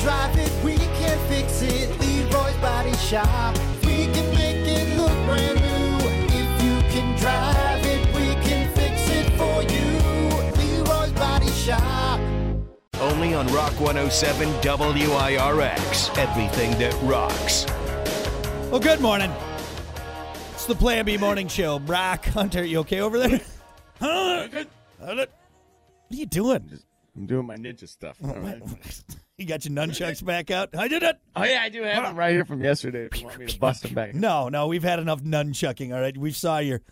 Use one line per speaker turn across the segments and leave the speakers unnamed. drive it, we can fix it. Leroy's Body Shop. We can make it look brand new. If you can drive it, we can fix it for you. Leroy's Body Shop.
Only on Rock 107 WIRX. Everything that rocks.
Well, good morning. It's the Plan B Morning Show. Brock Hunter, you okay over there? Huh? what are you doing?
I'm doing my ninja stuff. all right?
You got your nunchucks back out? I did it.
Oh yeah, I do have them right here from yesterday. If you want me to bust them back?
No, no, we've had enough nunchucking. All right, we saw your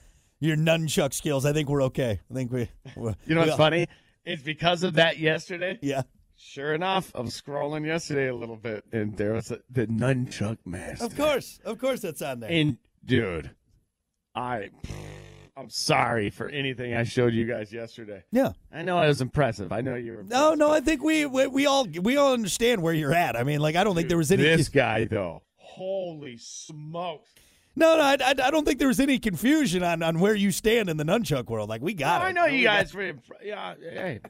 your nunchuck skills. I think we're okay. I think we. we're-
You know
we
what's
all-
funny? It's because of that yesterday.
Yeah.
Sure enough, I'm scrolling yesterday a little bit, and there was a, the nunchuck master.
Of course, of course, that's on there.
And dude, I, I'm sorry for anything I showed you guys yesterday.
Yeah.
I know it was impressive. I know you were.
No,
impressed,
no,
but
I think we, we we all we all understand where you're at. I mean, like I don't think there was any.
This guy though. Holy smokes!
no, no, I, I, I don't think there was any confusion on, on where you stand in the nunchuck world. Like we got it.
I know you
We got-
guys were. impre- Yeah. Hey.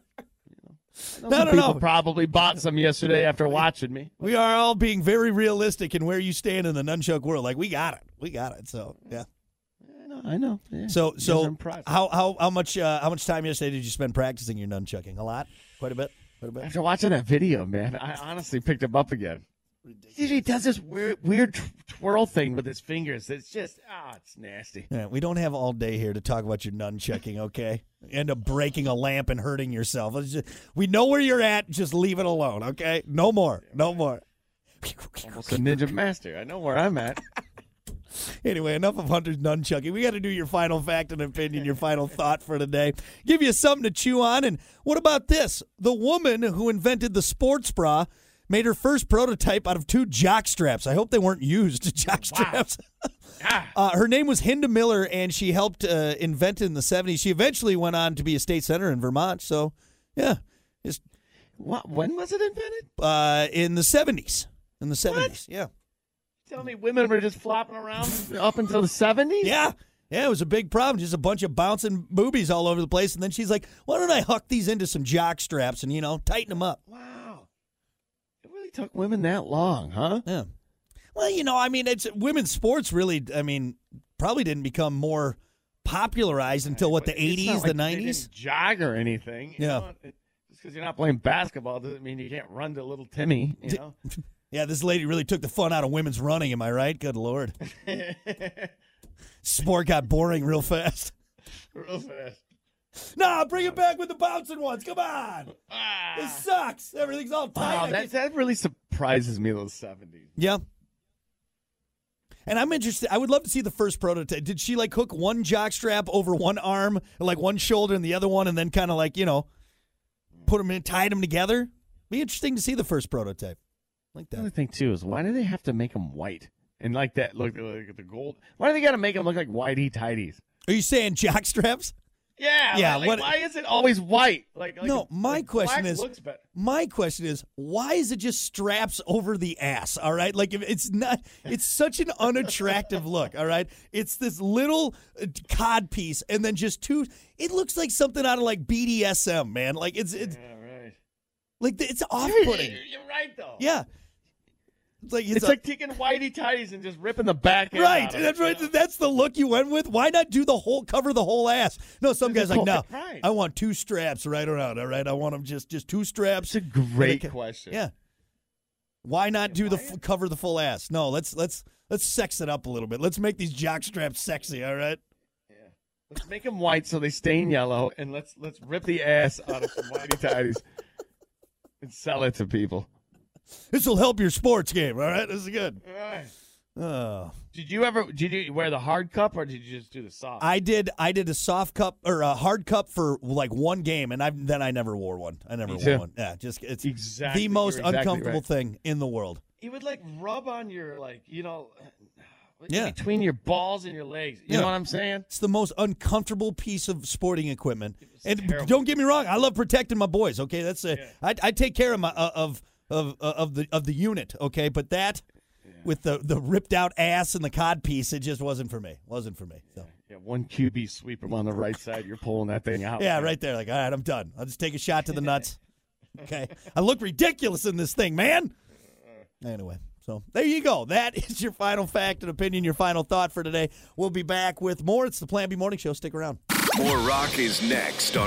No,
No, no,
people
no.
probably bought some yesterday after watching me.
We are all being very realistic in where you stand in the nunchuck world. Like we got it, we got it. So yeah.
I know. I know. yeah.
So
These are
so
impressive.
how how how much uh, how much time yesterday did you spend practicing your nunchucking? A lot, quite a bit, quite a bit.
after watching that video, man, I honestly picked him up again. He does this weird, weird tw- twirl thing with his fingers. It's just ah, it's nasty.
Yeah, we don't have all day here to talk about your nunchucking, okay? End up breaking a lamp and hurting yourself. Let's just- we know where you're at. Just leave it alone, okay? No more. No more.
Almost a ninja master. I know where I'm at.
Anyway, enough of Hunter's nunchucking. We got to do your final fact and opinion, your final thought for today. Give you something to chew on. And what about this? The woman who invented the sports bra made her first prototype out of two jock straps. I hope they weren't used jock straps.
Ah,
Uh, her name was Hinda Miller, and she helped uh, invent it in the 70s. She eventually went on to be a state senator in Vermont. So, yeah, just
what? When was it invented?
uh, in the 70s. In the 70s. Yeah.
Tell me, women were just flopping around up until the '70s.
Yeah. Yeah, it was a big problem. Just a bunch of bouncing boobies all over the place. And then she's like, why don't I huck these into some jock straps and, you know, tighten them up?
Wow. It really took women that long, huh?
Yeah. Well, you know, I mean, it's women's sports really, I mean, probably didn't become more popularized until what, the
But it's
80s,
not
the
like they
90s?
didn't jog or anything. you
Yeah.
know? Just because you're not playing basketball doesn't mean you can't run to little Timmy. You know.
Yeah, this lady really took the fun out of women's running. Am I right? Good Lord. Sport got boring real fast.
Real fast.
Nah, bring it back with the bouncing ones. Come on.
Ah.
This sucks. Everything's all tight.
Wow,
I
that,
can't-
that really surprises me. Those seventies.
Yeah. And I'm interested. I would love to see the first prototype. Did she like hook one jock strap over one arm, like one shoulder and the other one, and then kind of like, you know, put them in, tied them together? Be interesting to see the first prototype. Like
The other
that.
thing too is why do they have to make them white and like that? Look, look at the gold. Why do they got to make them look like whitey tidies?
Are you saying jock straps?
Yeah,
Yeah,
Like,
what-
why is it always white? Like, like
No, my
like
question
black
is-
looks better.
My question is, why is it just straps over the ass? All right, like if it's not, it's such an unattractive look. All right, it's this little uh, cod piece, and then just two. It looks like something out of like BDSM, man. Like it's it's
Yeah, right.
like it's off-putting.
You're, you're right though.
Yeah, it's like
It's,
it's, a-
like taking whitey tidies and just ripping the back end.
right.
out of it,
That's right.
you know?
That's the look you went with. Why not do the whole cover the whole ass? No, some guys
Just
like
hold
no.
it right.
I want two straps right around. All right, I want them just just two
It's
straps.
a great
Like,
question.
Yeah. Why not do the
why-
f- cover the full ass? No, let's let's let's sex it up a little bit. Let's make these jock straps sexy. All right.
Let's make them white so they stain yellow, and let's let's rip the ass out of some whitey tidies and sell it to people.
This will help your sports game. All right. This is good. Oh,
Did you ever did you wear the hard cup or did you just do the soft?
I did. I did a soft cup or a hard cup for like one game, and I then I never wore one. I never
Me
wore
too.
one. Yeah, just it's
Exactly.
the
You're
most
exactly
uncomfortable
right.
thing in the world.
It would like rub on your like you know, in
Yeah.
between your balls and your legs. You
Yeah.
know what I'm saying?
It's the most uncomfortable piece of sporting equipment. And
terrible.
don't get me wrong, I love protecting my boys. Okay, that's a, I, I take care of my uh, of of uh, of the of the unit. Okay, but that with the the ripped out ass and the cod piece, it just wasn't for me. Wasn't for me. So.
Yeah, one QB sweep 'em on the right side. You're pulling that thing out.
Yeah, right there. Like, all right, I'm done. I'll just take a shot to the nuts. Okay, I look ridiculous in this thing, man. Anyway, so there you go. That is your final fact and opinion, your final thought for today. We'll be back with more. It's the Plan B Morning Show. Stick around.
More rock is next on